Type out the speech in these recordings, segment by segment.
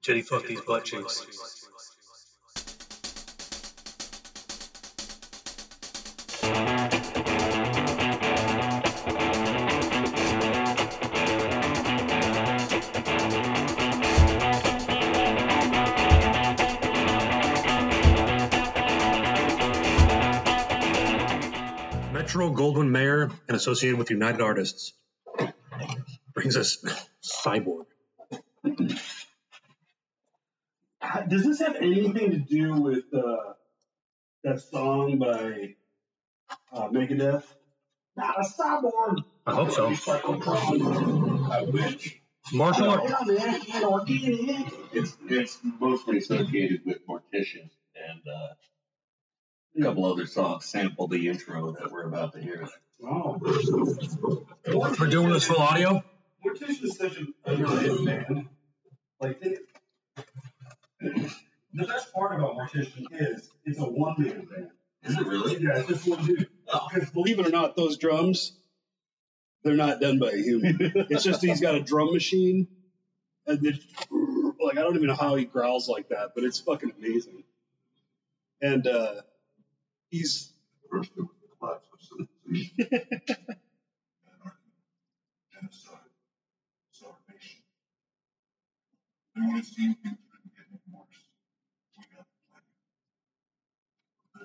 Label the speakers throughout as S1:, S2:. S1: Jenny, fuck these butt cheeks. Metro Goldwyn Mayer and associated with United Artists brings us Cyborg.
S2: Does this have anything to do with uh, that song by uh, Megadeth? Not a cyborg.
S1: I hope so.
S2: I wish.
S1: Martial art.
S3: It's it's mostly associated with Mortician and uh, a couple other songs sample the intro that we're about to hear.
S2: Oh.
S1: We're doing this full audio.
S2: Mortician is such an underrated band. Like, they, the best part about Mortician is it's a one man band.
S3: Is it really?
S2: Yeah, it's just one dude.
S4: Because believe it or not, those drums, they're not done by a human. it's just he's got a drum machine, and it, like I don't even know how he growls like that, but it's fucking amazing. And uh, he's
S3: First it was the collapse of civilization
S5: genocide, starvation. And when it seemed things couldn't get any worse, we got plenty.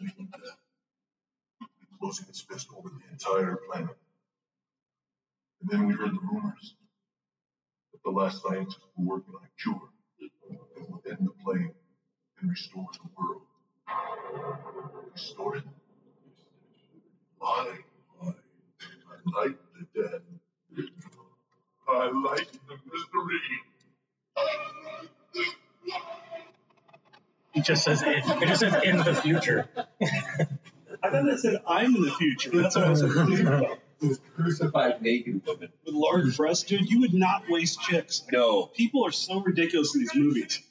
S5: Living and death, quickly closing its fist over the entire planet. And then we heard the rumors that the last scientists were working on a cure that would end the plague and restore the world. Restore it. I, I, I like the dead. I like the mystery.
S1: It just says it, it just says in the future.
S4: I thought that said I'm in the future. That's what I was with
S3: This crucified naked woman.
S4: large breasts, dude. You would not waste chicks.
S3: No.
S4: People are so ridiculous in these movies,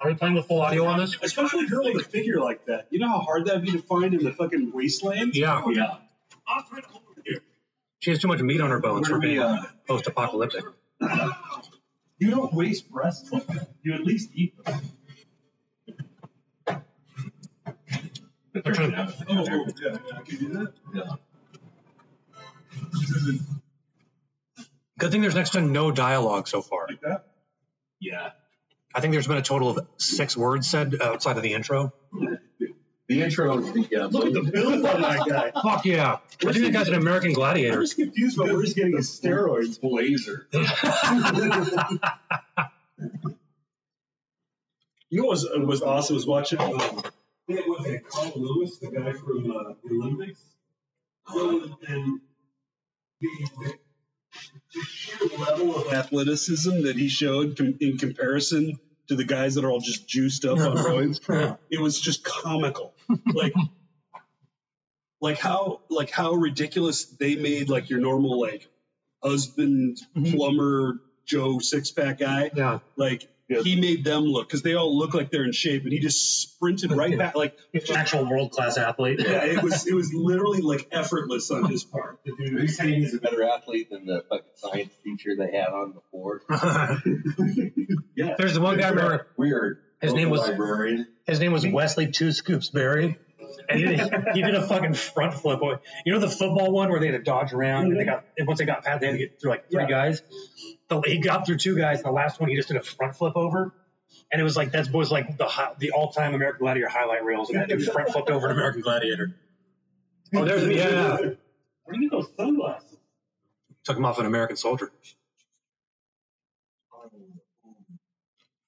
S1: Are we playing with full audio on this?
S4: especially a girl with a figure like that. You know how hard that'd be to find in the fucking wasteland. Oh,
S1: Yeah.
S3: Yeah.
S1: She has too much meat on her bones for
S3: Where we,
S1: being
S3: uh,
S1: post-apocalyptic.
S2: You don't waste breasts. like that. You at least eat them.
S1: They're trying to-
S2: Oh, yeah, I can do that.
S3: yeah.
S1: Good thing there's next to no dialogue so far.
S2: Like that.
S3: Yeah.
S1: I think there's been a total of six words said outside of the intro.
S3: The intro is the uh,
S4: Look at the build on that guy.
S1: Fuck yeah! I think that guy's an American
S4: I'm
S1: gladiator.
S4: just confused about where he's getting his steroids.
S3: blazer.
S4: You know what was, was awesome was watching um,
S2: Yeah, was it Carl Lewis, the guy from uh, the Olympics? Um, and the, the, the sheer level of
S4: athleticism that he showed com- in comparison to the guys that are all just juiced up on roids. It was just comical. Like like how like how ridiculous they made like your normal like husband plumber Joe six pack guy.
S1: Yeah,
S4: Like he made them look because they all look like they're in shape and he just sprinted right back like
S1: actual world-class athlete.
S4: yeah, it was it was literally like effortless on his part.
S3: The dude- Are you saying he's a better athlete than the fucking science teacher they had on before?
S4: Yeah.
S1: there's the one guy. I remember
S3: Weird.
S1: His name was-
S3: librarian.
S1: his name was Wesley Two Scoops Berry, and he, he did a fucking front flip. You know the football one where they had to dodge around, and they got and once they got past, they had to get through like three
S4: Yeah.
S1: guys. The, he got through two guys, and the last one he just did a front flip over. And it was like that was like the hi- the all time American Gladiator highlight reels, and that dude front flipped over an American Gladiator. Oh, there's yeah.
S2: Where do you get those sunglasses?
S1: Took him off an American soldier.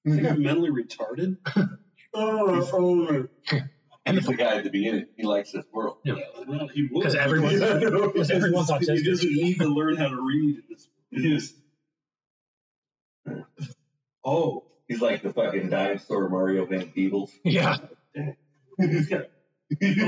S4: I think I'm mentally retarded.
S2: Oh, oh,
S3: He's the guy at the beginning. He likes this world.
S4: Well, he would.
S1: 'Cause everyone's-
S4: because
S1: everyone's autistic.
S4: He doesn't need to learn how to read. in this- He just,
S3: Oh. He's like the fucking dinosaur Mario Van Peebles.
S1: Yeah.
S4: oh, dude, that- you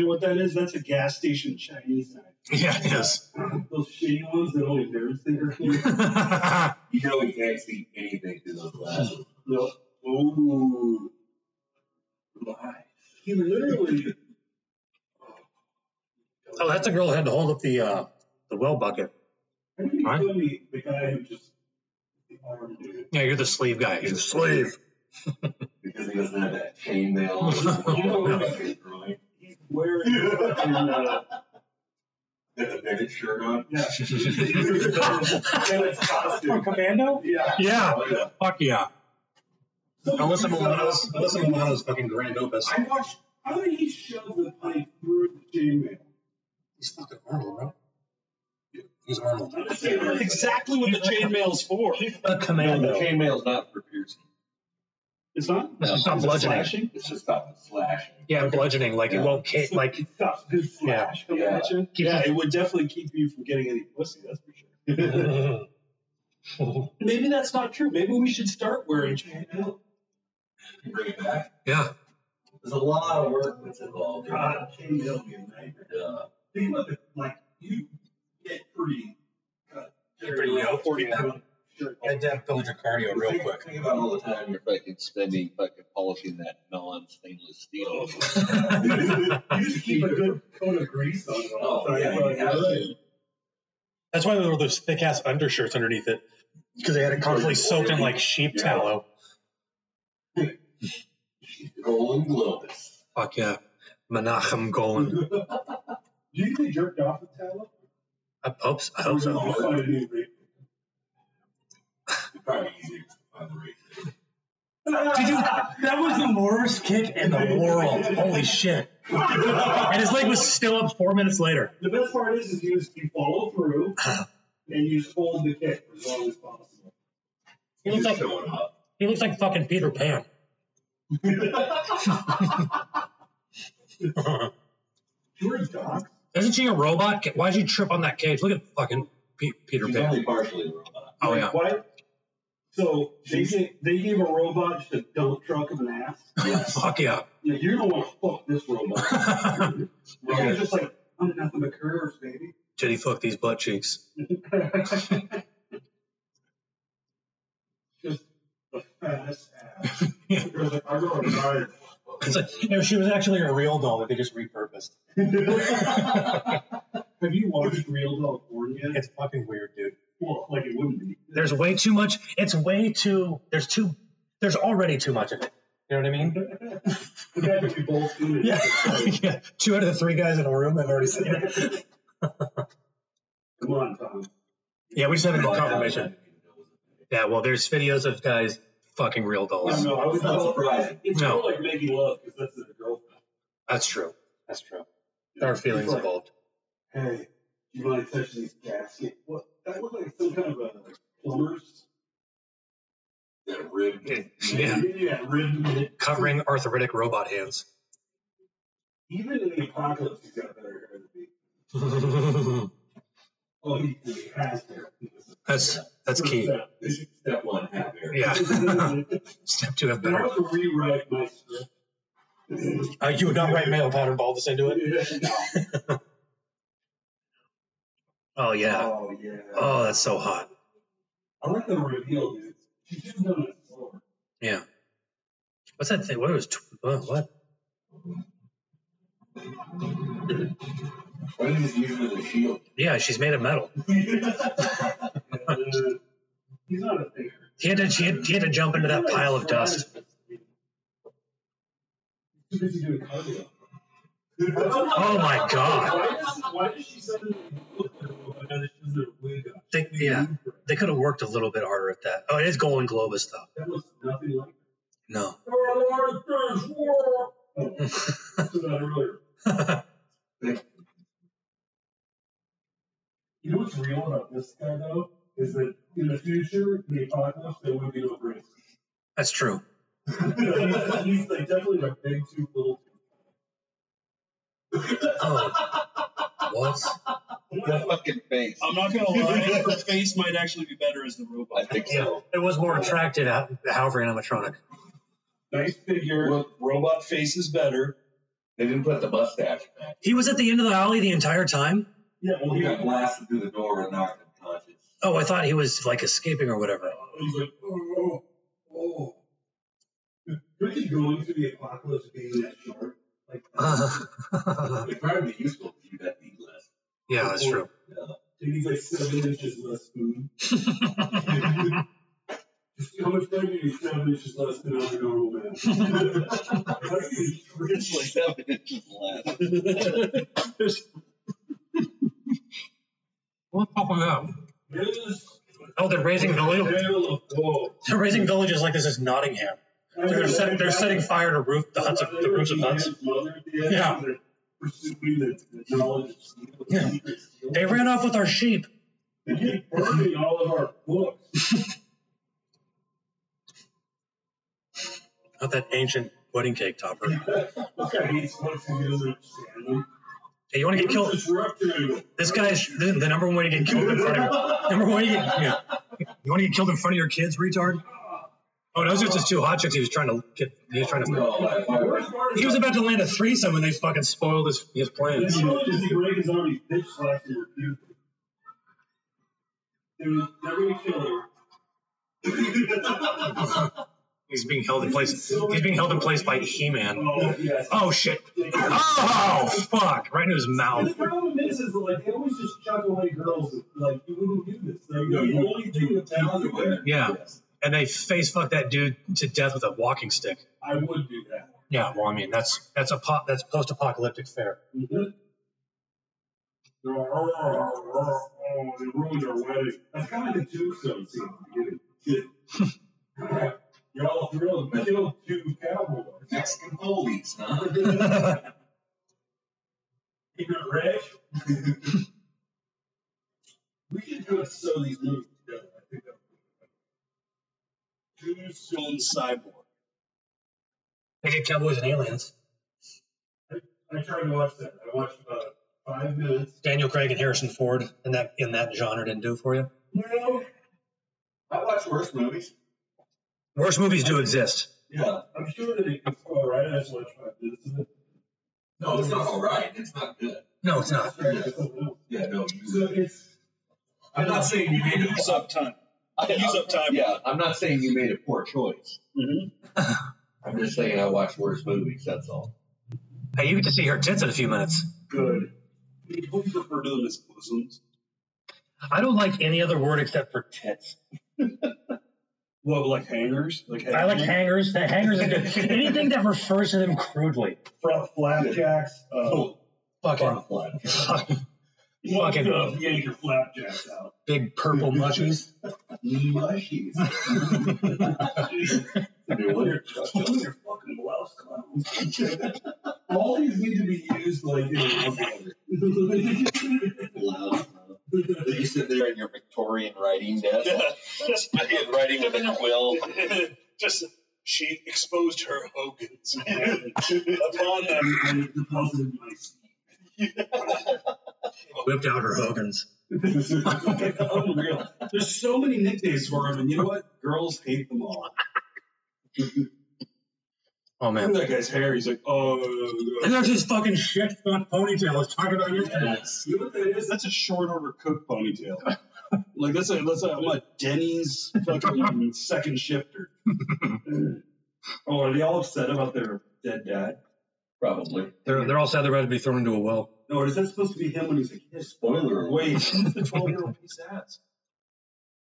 S4: know what that is? That's a gas station Chinese knife.
S1: Yeah, it is.
S2: those shitty ones that only nerds think are cool.
S1: That's
S3: You know he can't see anything through those glasses.
S2: No. Oh. He literally.
S1: Oh, that's a girl that had to hold up the uh, the well bucket.
S2: I think
S1: Huh?
S2: he told me the guy who just the arm dude.
S1: Yeah, you're the sleeve guy. You're the sleeve.
S3: because he doesn't have that chainmail.
S2: Where in, uh,
S3: Got the bandit shirt on.
S2: yeah. Bandit's
S1: From
S2: costume.
S1: Commando?
S2: Yeah.
S1: Yeah.
S3: Oh, yeah.
S1: Fuck yeah. Unless I'm
S2: Something
S1: Milano's, unless I'm Milano's fucking grand opus.
S2: I watched. How did he shove the pipe through the chainmail?
S1: He's fucking Arnold, bro. He's Arnold.
S4: exactly what the chainmail's for.
S1: He's a
S3: No, the
S1: commando.
S3: chainmail's not for piercing.
S2: It's not.
S1: This is not
S2: Is it
S1: bludgeoning.
S2: slashing?
S3: It's to stop the slashing.
S1: Yeah, bludgeoning. Like it
S3: Yeah.
S1: won't ca- like
S2: It stops good slash coming
S3: Yeah.
S2: at you.
S1: Keep-
S2: Yeah, it would definitely keep you from getting any pussy. That's for sure. Maybe that's not true. Maybe we should start wearing chainmail.
S3: Bring it back.
S1: yeah.
S3: There's a lot of work that's involved. in
S2: God, chainmail would be a nightmare.
S3: it. Uh,
S2: Think about it. Like you get pretty. cut.
S1: You're pretty yoked,
S2: Forty
S1: yeah.
S2: pound shirt.
S1: And then build your cardio real
S3: think-
S1: quick.
S3: Think about all the time you're fucking spending fucking polishing that non-stainless
S2: Oh,
S3: steel.
S2: You just keep a good coat of grease on. it all the
S3: Oh, yeah,
S2: time.
S3: you have to.
S1: That's why there were those thick ass undershirts underneath it. Because they had it constantly soaked in like sheep
S3: Yeah.
S1: tallow.
S3: Golden Globus.
S1: Fuck yeah. Menachem Golan.
S2: Do you think they jerked off with tallow?
S1: I hope so. I hope so.
S2: I'll find a new rape.
S3: It'd probably be easier to find the right
S1: Did you, that was the worst kick in the world. Holy shit. And his leg was still up four minutes later.
S2: The best part is, is you, just, you follow through and you just hold the kick for as long as possible.
S1: He looked like
S3: showing up.
S1: he looked like fucking Peter Pan.
S2: Sure, Doc.
S1: Isn't she a robot? Why'd you trip on that cage? Look at fucking Pe- Peter
S3: She's
S1: Pan.
S3: only partially a robot.
S1: Oh yeah.
S2: Why? So they gave, they gave a robot just a dump truck of an ass.
S3: Yes.
S1: Fuck yeah.
S2: Yeah, you're gonna want to fuck this robot. Right. It's just like I'm nothing but curves, baby.
S1: Titty fuck these butt cheeks.
S2: just the fattest ass. It was like, I really tried.
S1: It's like, you know, she was actually a real doll that they just repurposed.
S2: Have you watched Real Dog Porn yet?
S1: It's fucking weird, dude.
S2: Well, like it wouldn't be.
S1: There's way too much. It's way too. There's too. There's already too much of it. You know what I mean?
S2: The fact that we both do it.
S1: Yeah. yeah. Two out of the three guys in a room have already seen it.
S2: Come on, Tom.
S1: Yeah, we just haven't got confirmation. Yeah, well, there's videos of guys fucking real dolls.
S2: no, I
S3: It's not surprising.
S2: It's
S1: No.
S2: more like making love because that's the girlfriend.
S1: That's true. That's true. There are feelings
S2: It's like,
S1: involved.
S2: Hey, you want to touch these gasket? What? That looks like some kind of a plumber's.
S3: That ribbed
S1: Yeah.
S2: yeah ribbon.
S1: Covering arthritic robot hands.
S2: Even in the apocalypse, he's got better hair than me. Oh, he, he has hair.
S1: that's that's key.
S3: This is step one half air.
S1: Yeah.
S2: I
S1: Step two have better.
S2: have to rewrite my script.
S1: Uh, you would not write male pattern baldness into it. Oh yeah.
S2: Oh, yeah.
S1: Oh, that's so hot.
S2: I like the reveal, dude. She's just done it slower.
S1: Yeah. What's that thing? What was tw- uh, what?
S3: Why is this usually the shield?
S1: Yeah, she's made of metal.
S2: And, uh, he's not a thinker.
S1: He had to she had, he had to jump into that pile of dust.
S2: Too busy doing cardio.
S1: Oh my god.
S2: Why does, why does she suddenly look like a woman? She has a wig on.
S1: They, yeah, they could have worked a little bit harder at that. Oh, it is Golden Globus though.
S2: That looks nothing like
S1: No.
S2: Oh, that's what I earlier. You know what's real about this guy though is that in the future, in the apocalypse, there would be no race.
S1: That's true.
S2: he's, he's like definitely a big too little.
S1: Oh. What?
S3: That fucking face.
S4: I'm not gonna lie, her face might actually be better as the
S3: I
S4: robot.
S3: think
S1: Yeah,
S3: so.
S1: it was more attractive, ho- however, animatronic.
S4: Nice figure. Robot face is better.
S3: They didn't put the mustache back.
S1: He was at the end of the alley the entire time.
S2: Yeah, well,
S3: He
S2: he,
S3: got blasted through the door and knocked unconscious.
S1: Oh, I thought he was like escaping or whatever.
S2: he's like, oh, oh, oh. Imagine going through the apocalypse being that short. Like, uh,
S3: It'd probably be useful if you got the list.
S1: yeah, that's true.
S2: dude, he's like seven inches less food. Just how much longer do you establish is less than I'm a normal man?
S3: It's like seven inches less.
S1: What's up with that?
S2: Yes.
S1: Oh, they're raising villages.
S2: Tale of woe.
S1: They're raising villages like this is Nottingham. They're setting, they're setting fire to roof the huts of the roofs of huts. Yeah.
S2: Yeah. Pursuing the, the knowledge of steel.
S1: Yeah. They ran off with our sheep.
S2: They keep burning all of our books.
S1: Not that ancient wedding cake topper.
S2: Look, I hate books and he doesn't understand them.
S1: Hey, you want to get killed?
S2: Disrupting.
S1: This guy's the, the number one way to get killed in front of your number one. way to get, yeah. You want to get killed in front of your kids, retard? Oh, those are just two hot chicks. He was trying to get. He was trying to. He was about to land a threesome when they fucking spoiled his his
S2: This
S1: plans.
S2: is the greatest already bitch slapped and refused it. They're, they're gonna kill her.
S1: He's being held in place. He's being held in place by He-Man.
S2: Oh, yes.
S1: Oh shit! Oh fuck! Right in his
S2: And the
S1: mouth.
S2: problem is, is that, like they always just chuck away girls. that, Like you wouldn't do this. Like no, you only do it that
S1: Yeah. And they face fuck that dude to death with a walking stick.
S2: I would do that.
S1: Yeah. Well, I mean that's that's a pop that's post-apocalyptic fare.
S2: Mhm. They're all, "Oh, oh, oh, oh, they ruined our wedding. That's kind of the tombstone scene at the beginning. Shit. You're all thrilled, but they don't do cowboys.
S3: Mexican police, huh?
S2: Even Reg? we should do it so these movies together. I think that would be fun. Two soon cyborg.
S1: They did Cowboys and Aliens.
S2: I tried to watch that. I watched about five minutes.
S1: Daniel Craig and Harrison Ford in that in that genre didn't do it for you.
S2: No,
S3: I watch worse movies.
S1: Worse movies do exist.
S3: Yeah.
S2: I'm sure that it was all right. I just watched five minutes of it.
S3: No, it's not all right. It's not good.
S1: No, it's not.
S3: Yeah, yeah no.
S2: So
S3: You,
S2: it's
S3: I'm not saying you made a
S4: Use up time. I use up time.
S3: Yeah, I'm not saying you made a poor choice. Mm-hmm. I'm just saying I watch worse movies. That's all.
S1: Hey, you get to see her tits in a few minutes.
S2: good.
S4: People refer to them as bosoms.
S1: I don't like any other word except for tits.
S4: What, like hangers? Like
S1: I like hangers. That hangers is good. Anything that refers to them crudely.
S2: Front flapjacks. Uh,
S3: Oh,
S1: Fucking
S3: front flap.
S1: fucking
S2: fucking
S1: Fucking-
S2: up. Yank your flapjacks out.
S1: big purple mushies.
S3: Mushies. Dude, what are-
S2: Don't your fucking blouse clowns. All these need to be used like in a
S3: loud. You sit there in your Victorian writing desk,
S4: Oh.
S3: writing with a quill.
S4: Just she exposed her hogans upon them.
S2: I deposited my
S1: Whipped out her Hogan's.
S2: seed.
S4: Unreal. There's so many nicknames for them, and you know what? Girls hate them all.
S1: Oh
S4: Look
S1: man.
S4: at that guy's hair. He's like, oh.
S1: And there's his fucking shit fuck ponytail. I was talking about yesterday.
S4: Yes.
S2: You know what that is?
S4: That's a short order cook ponytail. like that's a that's a I'm a Denny's fucking second shifter.
S2: Oh, are they all upset about their dead dad?
S3: Probably.
S1: They're they're all sad they're about to be thrown into a well.
S2: No, is that supposed to be him when he's a kid?
S3: Spoiler alert.
S4: Wait, who's the twelve year old piece of ass?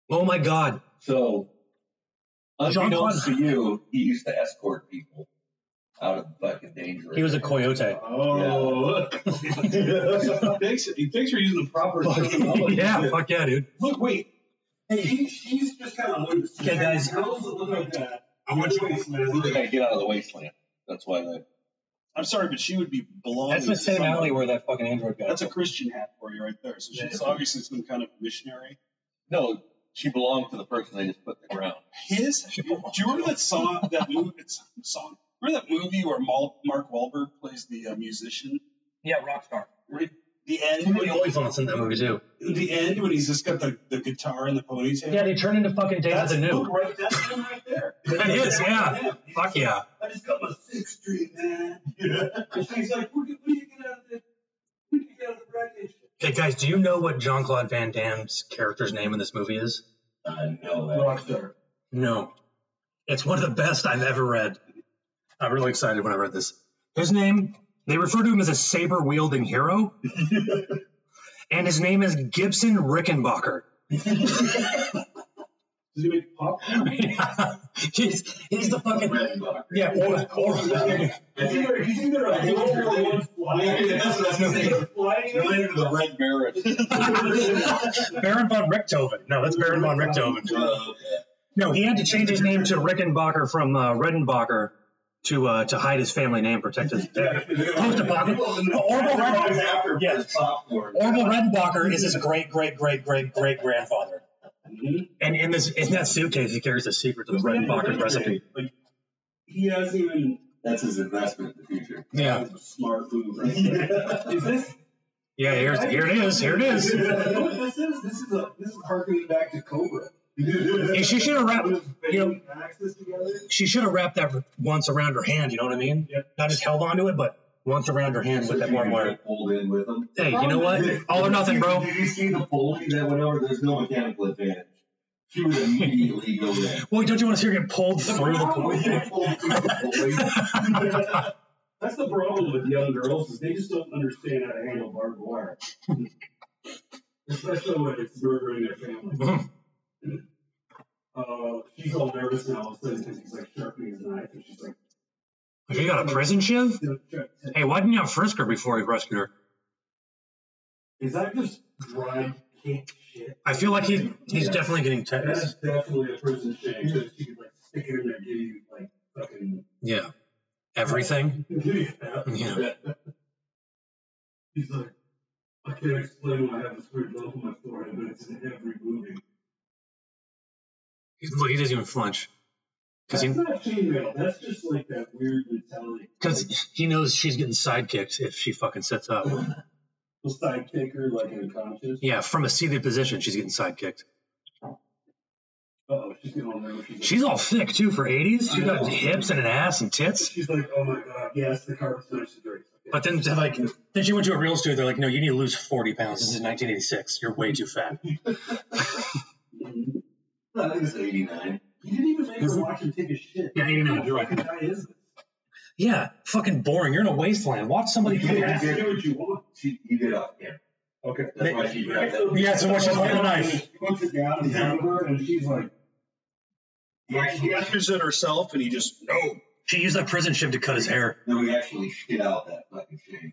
S1: Oh my god.
S3: So,
S1: Jean-Claude-
S3: unbeknownst to you, he used to escort people out of fucking danger.
S1: He was a coyote.
S2: Oh.
S4: thanks, thanks for using the proper terminology.
S1: yeah, fuck yeah, dude.
S4: Look, wait.
S2: She, she's just kind of loose.
S1: Okay, guys.
S2: Girls that look like that.
S1: I want you-
S3: He did get out of the wasteland. That's why the
S4: I'm sorry, but she would be belonging.
S1: That's the
S4: to
S1: same
S4: someone.
S1: alley where that fucking android guy.
S4: That's a Christian hat for you right there. So she's obviously some kind of missionary.
S3: no, she belonged to the person they just put in the ground.
S4: His. Do you remember that song? That movie. It's song. Remember that movie where Mal- Mark Wahlberg plays the uh, musician?
S1: yeah, Rockstar.
S4: Right? The end.
S1: Somebody always wants in that movie too.
S4: the end when he's just got the, the guitar and the ponytail.
S1: Yeah, they turn into fucking Days of
S4: that's
S1: the
S4: Look
S1: New.
S4: right, that's him right there.
S1: It is, yeah. Fuck yeah.
S2: I just got my sixth street, man. And she's like, what do you, what do you get out of the, what do you get out of the wreckage?
S1: Okay, guys, do you know what Jean Claude Van Damme's character's name in this movie is?
S3: I know
S2: Rockstar.
S1: No. It's one of the best I've ever read. I'm really excited when I read this. His name, they refer to him as a saber wielding hero. and his name is Gibson Rickenbacker.
S4: Does he make pop?
S1: he's, he's the fucking
S5: Red Bull.
S1: yeah. Or, or,
S5: I
S2: He's either, he's either a
S5: think
S2: blow or one flying.
S5: That's what I was
S2: He's
S5: saying.
S2: flying.
S3: Related to the Red Baron.
S1: Baron von Richthofen. No, that's Baron von Richthofen.
S3: Uh,
S1: No, he had to change his name to Rickenbacker from uh, Redenbacher to uh, to hide his family name, protect his. Post apocalypse. Orville
S3: Right
S1: Redenbacher.
S3: after
S1: Yes.
S3: first popcorn.
S1: Orville Redenbacher is his great great great great great grandfather. Mm-hmm. And in this in that suitcase, he carries the secret to the Redenbacher's recipe.
S4: Like, he hasn't even.
S3: That's his investment in the future.
S1: Yeah.
S4: That's a smart move, right?
S2: Is this?
S1: Yeah, here's here it is. Here it is.
S2: You know what this is? This is a this is harkening back to Cobra.
S1: And she should have wrapped you know
S2: Axis together.
S1: she should have wrapped that once around her hand. You know what I mean?
S2: Yeah.
S1: Not just held onto it, but once around her hand with that one wire.
S3: Pulled in with him.
S1: Hey, you know what? All or nothing, bro.
S3: Did you see the pulley that went over? There's no mechanical advantage. She would immediately go there.
S1: Boy, don't you want to see her get pulled through the pool?
S2: That's the problem with young girls is they just don't understand how to handle barbed wire. Especially when it's murdering their family. uh, she's all nervous now all of a sudden because he's like sharpening his knife and she's like,
S1: Have you got a prison shiv?
S2: "Don't check."
S1: Hey, why didn't you frisk her before he rescued her?
S2: is that just dried cake shit?
S1: I feel like he's he's
S3: Yeah.
S1: definitely getting tetanus.
S2: That's definitely a prison shame because she could like stick it in there, give you like fucking
S1: Yeah. Everything.
S2: yeah.
S1: Yeah.
S2: He's like, I can't explain why I have this weird lump on my forehead, but it's in every movie.
S1: He- Look, he doesn't even flinch. Because
S2: That's
S1: he,
S2: not female. That's just like that weird mentality.
S1: cause he knows she's getting sidekicked if she fucking sits up.
S2: Will sidekick her like unconscious.
S1: Yeah, from a seated position, she's getting sidekicked.
S2: Oh, she's getting all nervous. She's,
S1: She's all thick, too, for 80s. She's got hips and an ass and
S2: like,
S1: tits.
S2: she's like, oh my god, yes, the carpet's nice and dirty.
S1: But then, they're like, then she went to a real studio. They're like, no, you need to lose 40 pounds. This is 1986. You're way too fat.
S2: Mhm.
S3: I think it's 89.
S2: you didn't even make her watch him take a shit.
S1: Yeah, 89. You're
S2: What
S1: right.
S2: the guy is this?
S1: Yeah, fucking boring. You're in a wasteland. Watch somebody.
S2: You have to do what you want.
S3: She, he did off camera.
S2: Okay.
S3: That's why she grabbed that.
S1: Yeah, so what she's holding a knife.
S2: She puts it down in front of her, and she's like,
S4: Like, she answers it herself, and he just no.
S1: She used that prison shiv to cut his hair.
S3: Then we actually shit out that fucking shame.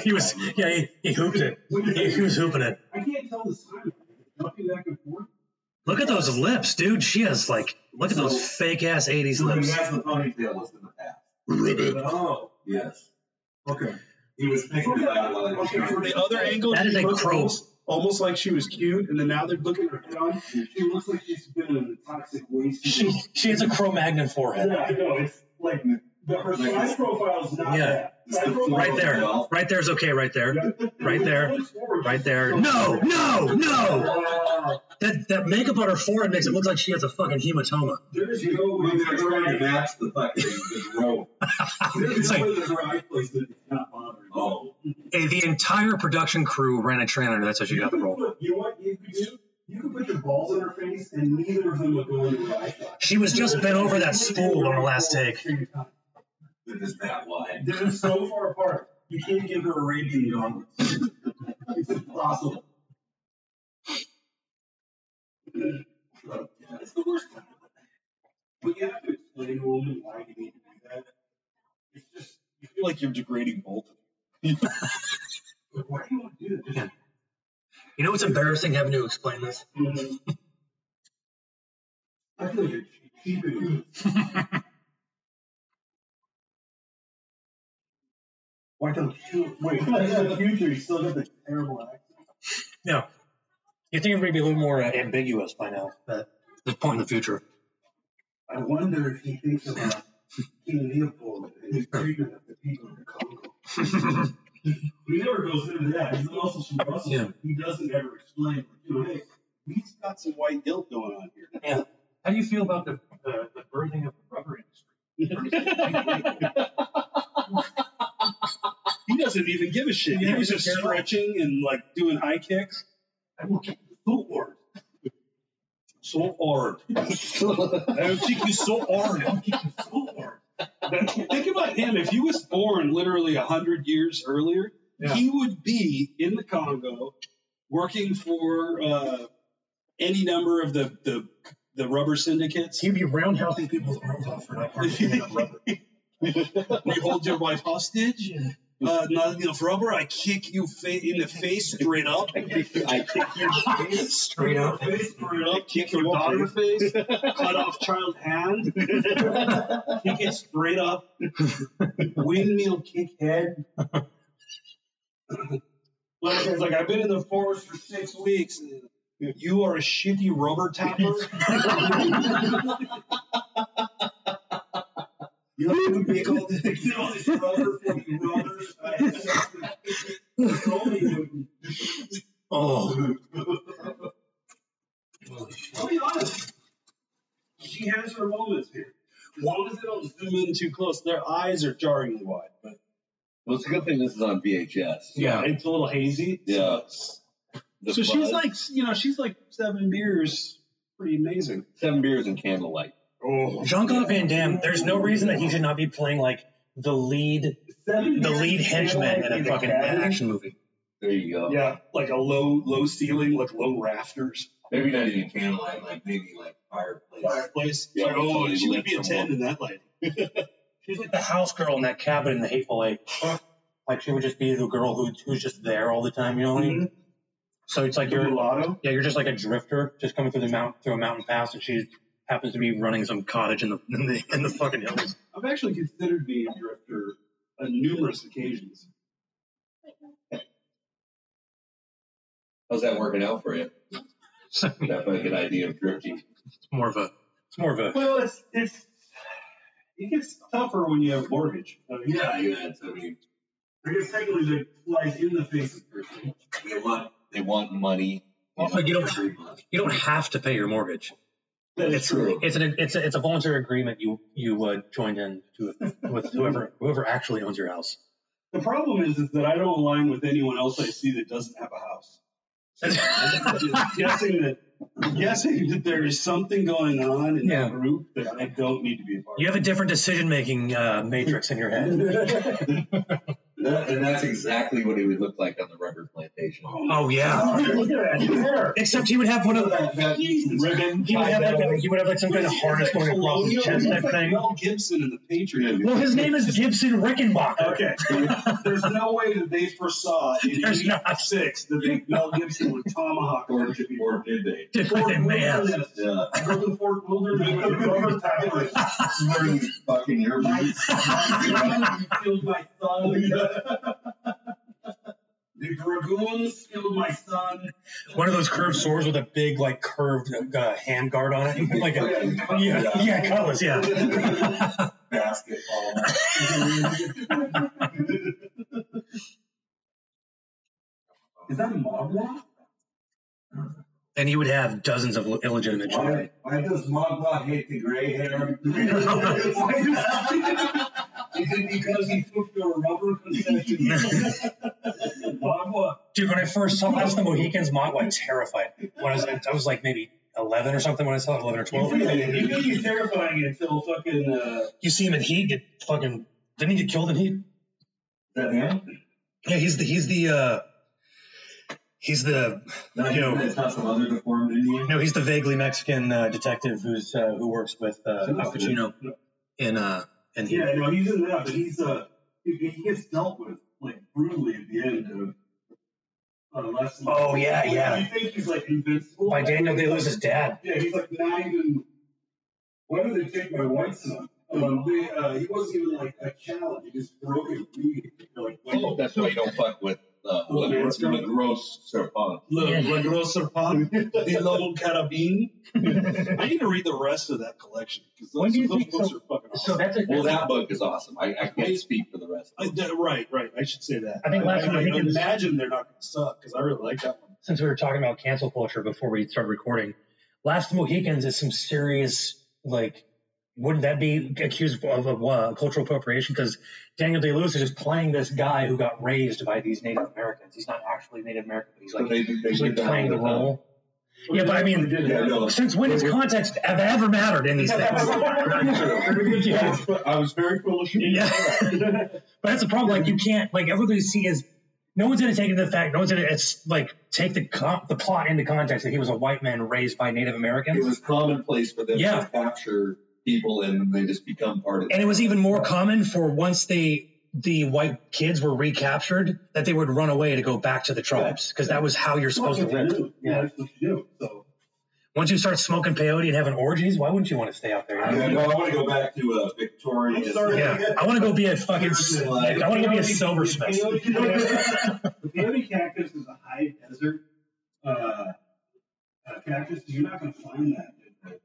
S1: He was, yeah, he, he hooped it. He, he was hooping it.
S2: I can't tell the sign. Jumping back and forth.
S1: Look at those lips, dude. She has like, look at those
S3: So-
S1: fake ass 80s
S3: So he
S1: lips.
S3: has the ponytail was in the past.
S2: Oh,
S3: Yes.
S2: okay.
S3: He was thinking about it while he was
S4: Okay,
S3: trying
S4: from the
S3: to-
S4: other angle,
S1: That
S4: she
S1: is a
S4: looked
S1: crow.
S4: Almost, almost like she was cute, and then now they're looking at her head on.
S2: She looks like she's been in a toxic waste.
S1: She, she has a Cro Magnon
S2: yeah,
S1: forehead.
S2: I know. It's like the, her size profile is not
S1: Yeah.
S2: that.
S3: It's the
S2: Side profile-
S1: Right there. Right there's okay, right there.
S2: Yeah.
S1: Right there. Right there. No, no, no!
S2: Wow.
S1: That, that makeup on her forehead makes it look like she has a fucking hematoma.
S2: There's
S3: She-
S2: no way
S3: when they're
S2: there's
S3: trying to
S2: right.
S3: match the fucking the rope.
S2: There's
S1: It's
S2: no
S1: like-
S2: way there's right place that it's not bothering. you.
S3: Oh,
S1: Hey, the entire production crew ran a train on her. That's how she got the
S2: could
S1: role.
S2: put- You know what you could do? You could put your balls in her face, and neither of them would go into eye contact.
S1: She was just bent over that spool on her last take.
S3: it is that wide.
S2: They're so far apart. You can't give her Arabian dogs. it's impossible.
S3: Yeah, it's the worst kind of
S2: But you have to explain to a woman why you need to do that. It's just,
S4: You feel like you're degrading both.
S2: like, why do you want to do this?
S1: You know what's embarrassing having to explain this?
S2: Mm-hmm. I feel you're cheating. Why don't you? Wait, that's the future. You still got the terrible accent.
S1: No. You think everybody would be a little more uh, ambiguous by now at this point in the future.
S2: I wonder if he thinks about King Leopold and his treatment of the people of the Congo. He never goes into that. He's also from Brussels.
S1: Yeah.
S2: He doesn't ever explain. like, you know, hey,
S4: He's got some white guilt going on here.
S1: How do you feel about the, the, the birthing of the rubber industry?
S4: He doesn't even give a shit.
S1: Yeah,
S4: he was
S1: he
S4: just
S1: doesn't care.
S4: stretching and like doing high kicks.
S2: I will kick the foot ward.
S4: So hard. I would kick you so hard.
S2: I'll kick the foot ward.
S4: Think about him. If he was born literally a hundred years earlier,
S2: Yeah.
S4: he would be in the Congo working for uh, any number of the, the the rubber syndicates.
S1: He'd be roundhousing people's arms off for not participating in rubber.
S4: We hold your wife hostage. Uh, not enough rubber. I kick you fa- in the face straight up.
S3: I kick you. I kick you.
S1: Straight up.
S4: Face straight up. Kick
S3: you
S4: your
S3: in the
S4: daughter in the face. Cut off child hand. kick it straight up. Windmill kick head. Like, it's like I've been in the forest for six weeks. You are a shitty rubber tapper. You have to make all this, get all this rubber from the rubbers.
S2: It's only when-
S1: Oh,
S2: I'll be honest. She has her moments here. As long as they don't zoom
S4: Zoom in too close. Their eyes are jarringly wide, but
S3: Well, it's a good thing this is on VHS.
S1: yeah.
S4: it's a little hazy.
S3: Yeah. The
S4: So she's
S3: buzz.
S4: like, you know, she's like seven beers. Pretty amazing.
S3: seven beers and candlelight.
S4: Oh,
S1: Jean Claude Van Damme, there's no reason that he should not be playing like the lead
S4: seven
S1: the
S4: beers
S1: lead
S4: and
S1: henchman in
S4: candlelight
S1: a fucking
S4: cabin?
S1: action movie.
S3: There you go.
S4: Yeah, like a low, low ceiling, like low rafters.
S3: Maybe not even candlelight, like maybe like fireplace.
S4: Fireplace.
S3: Yeah,
S4: Like, oh,
S3: totally
S4: she would be a
S3: lit
S4: ten
S3: someone.
S4: in that light.
S1: She's like the house girl in that cabin in the Hateful Eight. Like she would just be the girl who, who's just there all the time, you know what I mean? So it's like
S4: Like a
S1: you're
S4: mulatto.
S1: yeah, you're just like a drifter just coming through the mountain through a mountain pass and she happens to be running some cottage in the in the, in the fucking hills.
S4: I've actually considered being a drifter on numerous occasions.
S3: How's that working out for you?
S1: So
S3: Definitely a good idea of drifting.
S1: it's more of a it's more of a
S4: Well, it's it's it gets tougher when you have a mortgage. I mean,
S3: Yeah, yeah. It's, I mean,
S2: I guess technically they fly in the face of her.
S3: they want they want money.
S1: Also, you don't- you don't have to pay your mortgage.
S4: that's
S1: It's-
S4: true.
S1: It's an it's a, it's a voluntary agreement you you uh, joined in to with whoever whoever actually owns your house.
S4: The problem is, is that I don't align with anyone else I see that doesn't have a house. So I'm just guessing that guessing that there is something going on in
S1: Yeah.
S4: that group that I don't need to be a part
S1: You have a different decision making uh, matrix in your head.
S3: That, and that's exactly what he would look like on the rubber plantation.
S1: Oh yeah.
S2: Look at that hair.
S1: Except he would have one of
S2: That- that ribbon
S1: he would
S2: tied
S1: have like
S2: down.
S1: a, he would have like some kind of harness going across his chest type
S4: like
S1: thing.
S4: Mel Gibson in the Patriot.
S1: Well, his name is Gibson Rickenbacker.
S4: Okay. There's no way that they foresaw in
S1: There's
S4: There's
S1: not.
S4: six that they, Mel Gibson would tomahawk
S3: Or,
S4: or to be
S3: or did they?
S1: Different than man.
S3: Yeah.
S2: Golden Fork Wilderness with a rubber tire.
S3: Wearing fucking your
S2: You killed my son. The dragoons killed my son.
S1: One of those curved swords with a big like curved uh, hand guard on it, like a yeah yeah cutlass yeah.
S3: basketball.
S2: Is that a mob law?
S1: And he would have dozens of illegitimate children.
S2: Why, why does Mogwa hate the gray hair? Is it because he took your rubber concession? Mogwa,
S1: Dude, when I first saw that's the Mohicans mod, like terrified. When I was, I was like maybe eleven or something when I saw it, eleven or twelve.
S2: you think he's terrifying until fucking, uh,
S1: You see him in Heat get fucking didn't he get killed in Heat?
S2: that man?
S1: Yeah, he's the he's the uh he's the you know
S3: It's not some other deformed Indian.
S1: no he's the vaguely Mexican uh, detective who's uh, who works with uh, Al Pacino in uh in Heat.
S2: Yeah, no, he's in that, but he's, uh, he, he gets dealt with, like, brutally at the end uh, of, unless.
S1: Oh, yeah, yeah.
S2: You think he's, like, invincible?
S1: By Daniel Day Lewis's dad.
S2: Yeah, he's like not even. Why did they take my wife's son? Um, they, uh, he wasn't even like a child. He just broke his knee. Like,
S3: Oh, that's why you don't fuck with uh,
S2: Well,
S3: Le,
S2: it's not-
S3: Le Gros Serpent.
S4: La,
S1: Yeah.
S4: La Grossa Pan, the Little Carabine. I need to read the rest of that collection because
S1: When
S4: those,
S1: do you
S4: those
S1: think
S4: books
S1: so-
S4: are fucking
S1: So
S4: awesome.
S1: that's a,
S3: Well, that book is awesome. I, I can't speak for the rest.
S4: I,
S3: Of
S4: that- right, right. I should say that.
S1: I think last
S4: I,
S1: time I think it was-
S4: imagine they're not going to suck because I really like that one.
S1: since we were talking about cancel culture before we started recording, Last of the Mohicans is some serious like. Wouldn't that be accused of, of uh, cultural appropriation? Because Daniel Day Lewis is just playing this guy who got raised by these Native Americans. He's not actually Native American, but he's
S3: so
S1: like,
S3: they, they
S1: he's like
S3: did that
S1: playing the
S3: all time.
S1: role. Yeah, but I mean,
S2: They did
S3: Yeah, no,
S1: Since when has context have ever mattered in these things?
S3: that's true.
S1: Yeah.
S3: I was very foolish.
S1: Yeah. but that's the problem. Like you can't like everybody see as no one's going to take into the fact. No one's going to. It's like take the con- the plot into context that he was a white man raised by Native
S3: It
S1: Americans,
S3: was commonplace for them
S1: Yeah.
S3: to capture people and then they just become part of
S1: and it was even more common for once they the white kids were recaptured that they would run away to go back to the tribes because that was how you're supposed to live.
S2: Yeah, that's what you do. So
S1: Once you start smoking peyote and having orgies, why wouldn't you want to stay out there? you know?
S3: I, I want to go back to uh, Victorian.
S2: I'm sorry.
S1: Yeah, I want to go be a fucking. s- Like, I want to go be a silversmith.
S2: The peyote- the peyote cactus is a high desert uh, uh, cactus. You're not going to find that. in the,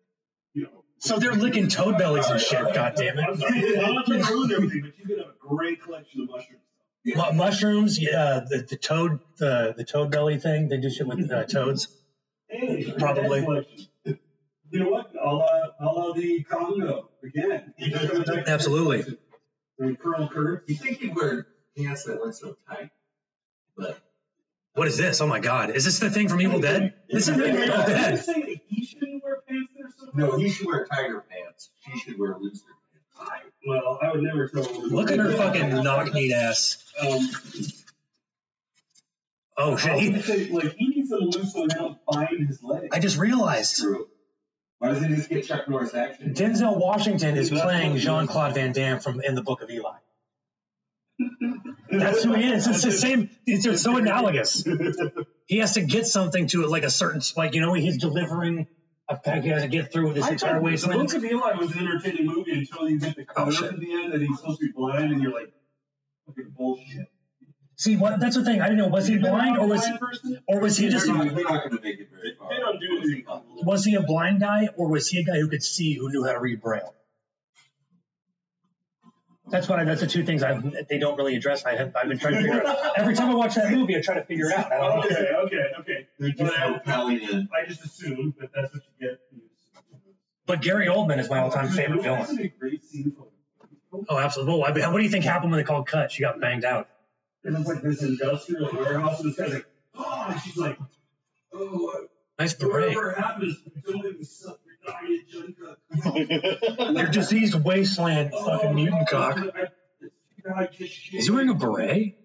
S2: You know,
S1: So they're licking toad bellies and shit. God damn
S2: I'm not I'm not trying to
S1: it.
S2: ruin everything, but you could have a great collection of mushrooms.
S1: Mu- Mushrooms, yeah, uh, the, the toad, the the toad belly thing. They do shit with uh, toads.
S2: Hey, great
S1: Probably.
S2: collection. You know what? I'll uh, I'll uh, the Congo again.
S1: Absolutely.
S2: And Colonel Kurtz.
S3: You think you'd wear pants that went so tight? But
S1: What is this? Oh my god, is this the thing from Evil Dead? This is the thing from Evil
S2: Are you
S1: Dead.
S2: saying that he shouldn't wear pants that are so
S3: no, he should wear tiger pants. She should wear looser pants.
S2: tight? Well, I would never tell him.
S1: Look at her fucking knock kneed ass.
S2: Um,
S1: Oh
S2: I
S1: shit.
S2: was gonna
S1: He,
S2: say, like, he needs them loose so they don't bind his leg.
S1: I just realized
S3: True. Why doesn't he just get Chuck Norris action?
S1: Denzel Washington is playing Jean Claude Van Damme from in the Book of Eli. That's who he is. It's the same. It's, it's so analogous. He has to get something to it, like a certain, like you know, he's delivering a pack. He has to get through this
S2: I
S1: entire
S2: thought The Book
S1: wasteland.
S2: of Eli was an entertaining movie until you get the cut
S1: Oh, shit.
S2: at the end and he's supposed to be blind and you're like, fucking bullshit.
S1: See, what? That's the thing. I didn't know. Was he blind, or was
S2: Blind person?
S1: or was he
S3: They're
S1: just
S3: not, they're not going to make it very far.
S2: They don't do anything.
S1: was he a blind guy, or was he a guy who could see who knew how to read braille? That's what I, that's the two things I they don't really address. I have, I've been trying to figure out every time I watch that movie. I try to figure it out. I don't know.
S2: Okay, okay, okay.
S3: They're just
S2: Well,
S3: propelling in.
S2: I just assumed that that's what you get.
S1: But Gary Oldman is my all-time favorite
S2: That's
S1: villain.
S2: a great scene for him.
S1: Oh, absolutely. Well, I mean, what do you think happened when they called cut? She got banged out.
S2: It looks like this industrial warehouse, and this guy's like, oh, and she's like, oh,
S1: Nice beret.
S2: whatever happened is building such a giant junk up.
S1: Your diseased wasteland, fucking mutant cock. Is he wearing a beret?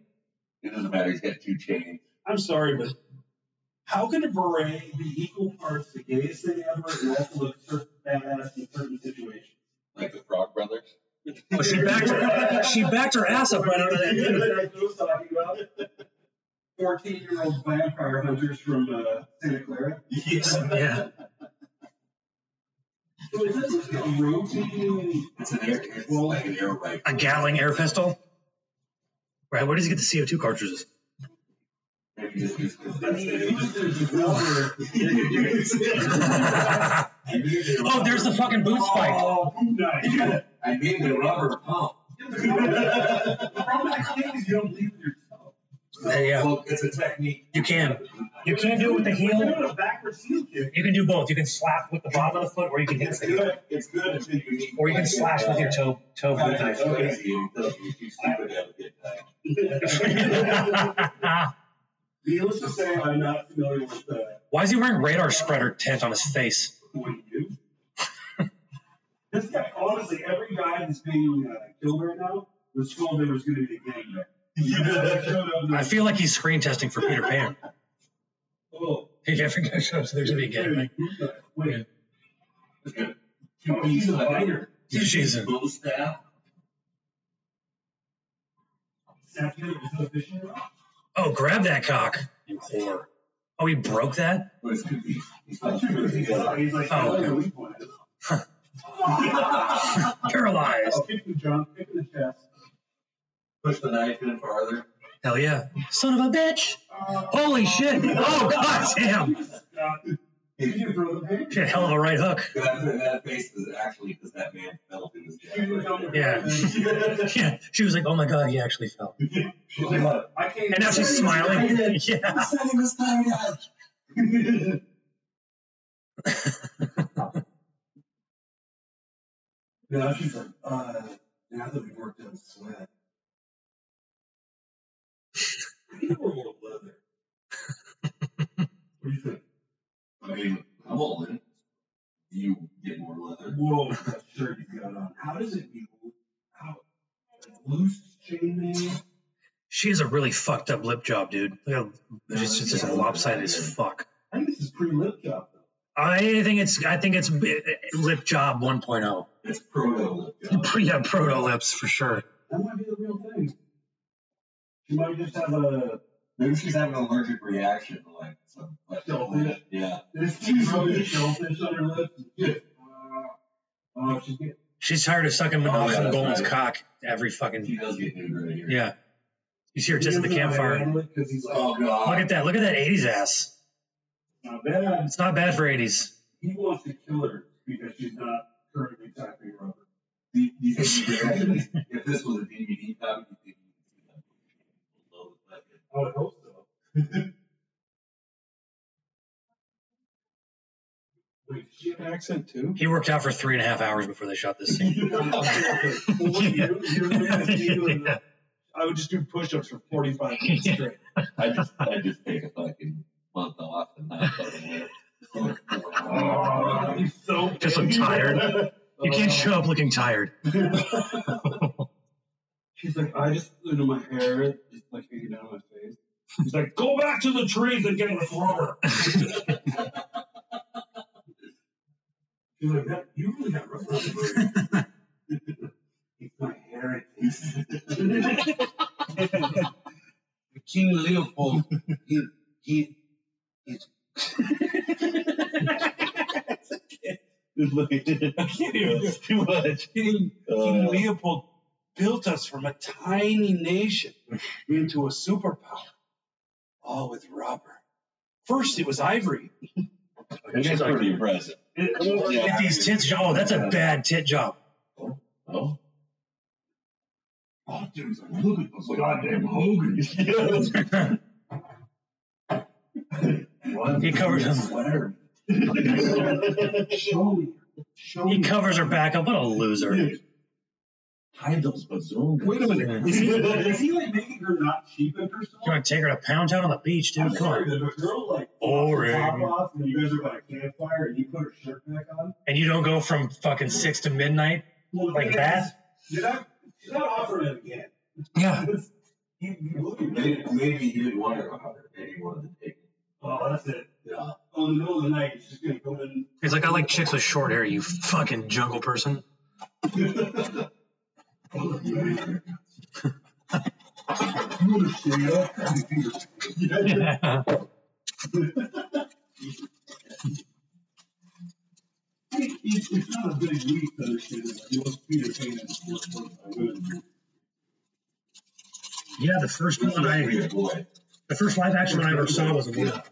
S3: It doesn't matter. He's got two chains.
S2: I'm sorry, but how can a beret be equal parts the gayest thing ever and also look certain badass in certain situations?
S3: Like the Frog Brothers.
S1: But Oh, she backed her, she backed her ass up right out of that.
S2: Fourteen-year-old vampire hunters from uh, Santa Clara.
S1: Yeah.
S2: So is this like a rotating?
S3: It's an air. It's like an air rifle.
S1: A Gatling air pistol. Right. Where does he get the CO2 cartridges?
S3: Maybe just use this. That's it.
S2: oh,
S3: I need a
S1: Oh, there's the fucking boot spike.
S2: poop knife.
S3: I need the rubber pump.
S2: the problem I think is you don't believe in yourself.
S1: Uh, Yeah.
S3: Look, it's a technique.
S1: You can. You can do it with the
S2: You're
S1: heel.
S2: doing a backwards heel kick.
S1: You can do both. You can slap with the bottom of the foot, or you can hit
S3: It's
S1: the heel.
S3: good. It's good until you need.
S1: Or you can slash with your toe toe boot
S3: Okay,
S1: knife.
S3: okay. You're too stupid to have a good time.
S2: Needless to say, I'm not familiar with uh,
S1: Why is he wearing radar spreader tint on his face?
S2: what you do. this guy, honestly, every guy that's being uh, killed right now was told there was going to be a gang there. That showed up and
S1: I feel like he's screen testing for Peter Pan.
S2: oh,
S1: He never goes up, so there's gonna be a gang. Like,
S2: Wait,
S3: Two
S2: oh, he's a
S3: pieces of
S2: fighter.
S1: she's a-
S3: bull staff.
S2: Satchel is a fishing rod.
S1: oh, grab that cock.
S3: You whore.
S1: Oh, he broke that?
S3: What is two pieces? He's
S2: I'm
S3: not two
S2: sure
S3: pieces.
S2: he's like, he's like,
S1: Oh, okay.
S2: oh, weak point.
S1: Paralyzed.
S2: Kick the jump, kick the chest.
S3: Push the knife in farther.
S1: Hell yeah. Son of a bitch. Holy shit. Oh, god damn.
S2: Uh, did you throw the paper?
S1: Shit, hell of a right hook.
S3: That, that face is actually because that man fell through his jacket.
S1: Yeah. Yeah, she was like, oh my god, he actually fell.
S2: She's like, I can't.
S1: And now she's smiling. Yeah.
S2: Now she's like, uh, now that we've worked on sweat. You were a little leather. What do you think?
S3: I mean, I'm all in. You get more leather.
S2: Whoa, that shirt you got on. How does it feel? How? Loose chain mail?
S1: She has a really fucked up lip job, dude. Look how
S3: Yeah,
S1: just, it's just
S3: yeah,
S1: lopsided as
S3: yeah.
S1: fuck.
S3: I think this is pre lip job.
S1: I think it's I think it's uh, lip job oh. 1.0.
S3: It's proto lip job.
S1: Yeah, proto lips for sure.
S2: That might be the real thing. She might just have a.
S3: Maybe she's having an allergic reaction to like some
S2: Shellfish?
S3: Yeah.
S2: There's two rubbish shellfish on her lips. Yeah. Uh, she's getting.
S1: She's tired of sucking
S3: Oh, yeah,
S1: Manoff and
S3: that's
S1: Goldman's
S3: right.
S1: cock every fucking
S3: She does get nudity here.
S1: yeah. You see her just at the campfire.
S2: Because he's like,
S3: Oh
S1: Look
S3: god.
S1: at that! Look at that '80s ass.
S2: not bad.
S1: It's not bad for '80s.
S2: He wants to kill her because she's not currently tapping rubber.
S3: Do you- do you think you could actually- if this was a DVD copy, do you think you could see that? Below the bucket.
S2: I would hope so. Wait, does she have an accent too?
S1: He worked out for three and a half hours before they shot this scene. Yeah.
S2: I would just do push-ups for 45 minutes straight.
S3: I just I just take a fucking month off and not fucking wear. it.
S2: Oh, he's so
S1: Just look tired. You can't show up looking tired.
S2: She's like, I just you know my hair is like hanging down my face. He's like, go back to the trees and get the flower. She's like, that, you really got rough around the brain." It's my hair.
S6: King Leopold, he, he,
S4: I can't even do it. too much. Uh, King, King Leopold built us from a tiny nation into a superpower, all with rubber. First, it was ivory.
S3: It's pretty impressive.
S1: Look at these tits. Oh, that's a bad tit job.
S3: Oh.
S5: Oh, dude, he's like, look at those goddamn Hogan's.
S1: He covers
S3: Sweater.
S2: Show me. Show
S1: He
S2: me.
S1: covers her back up. What a loser.
S3: Hide those bazookas.
S2: Wait a minute. Is he, is he like making her not cheapen herself?
S1: You want to take her to Pound Town on the beach,
S2: I'm
S1: dude? Come
S2: sorry,
S1: on.
S2: the girl like
S1: Boring.
S2: top off and you guys are by a campfire and you put her shirt back on.
S1: And you don't go from fucking six to midnight
S2: Well,
S1: like that?
S2: You're not, you're not offering it again.
S1: Yeah.
S2: You, you look at me.
S3: Maybe, maybe he didn't want her to hide her. Maybe he wanted to take
S2: Oh, that's it.
S3: Yeah.
S2: Oh, in the middle of the night, he's just gonna go in.
S1: He's like, I like chicks with short hair, you fucking jungle person. Yeah.
S2: It's, it's not a big week to understand that you must be a pain in the fourth quarter by women.
S1: Yeah, the first one I,
S3: it. Boy.
S1: the first live action one I ever saw was a woman.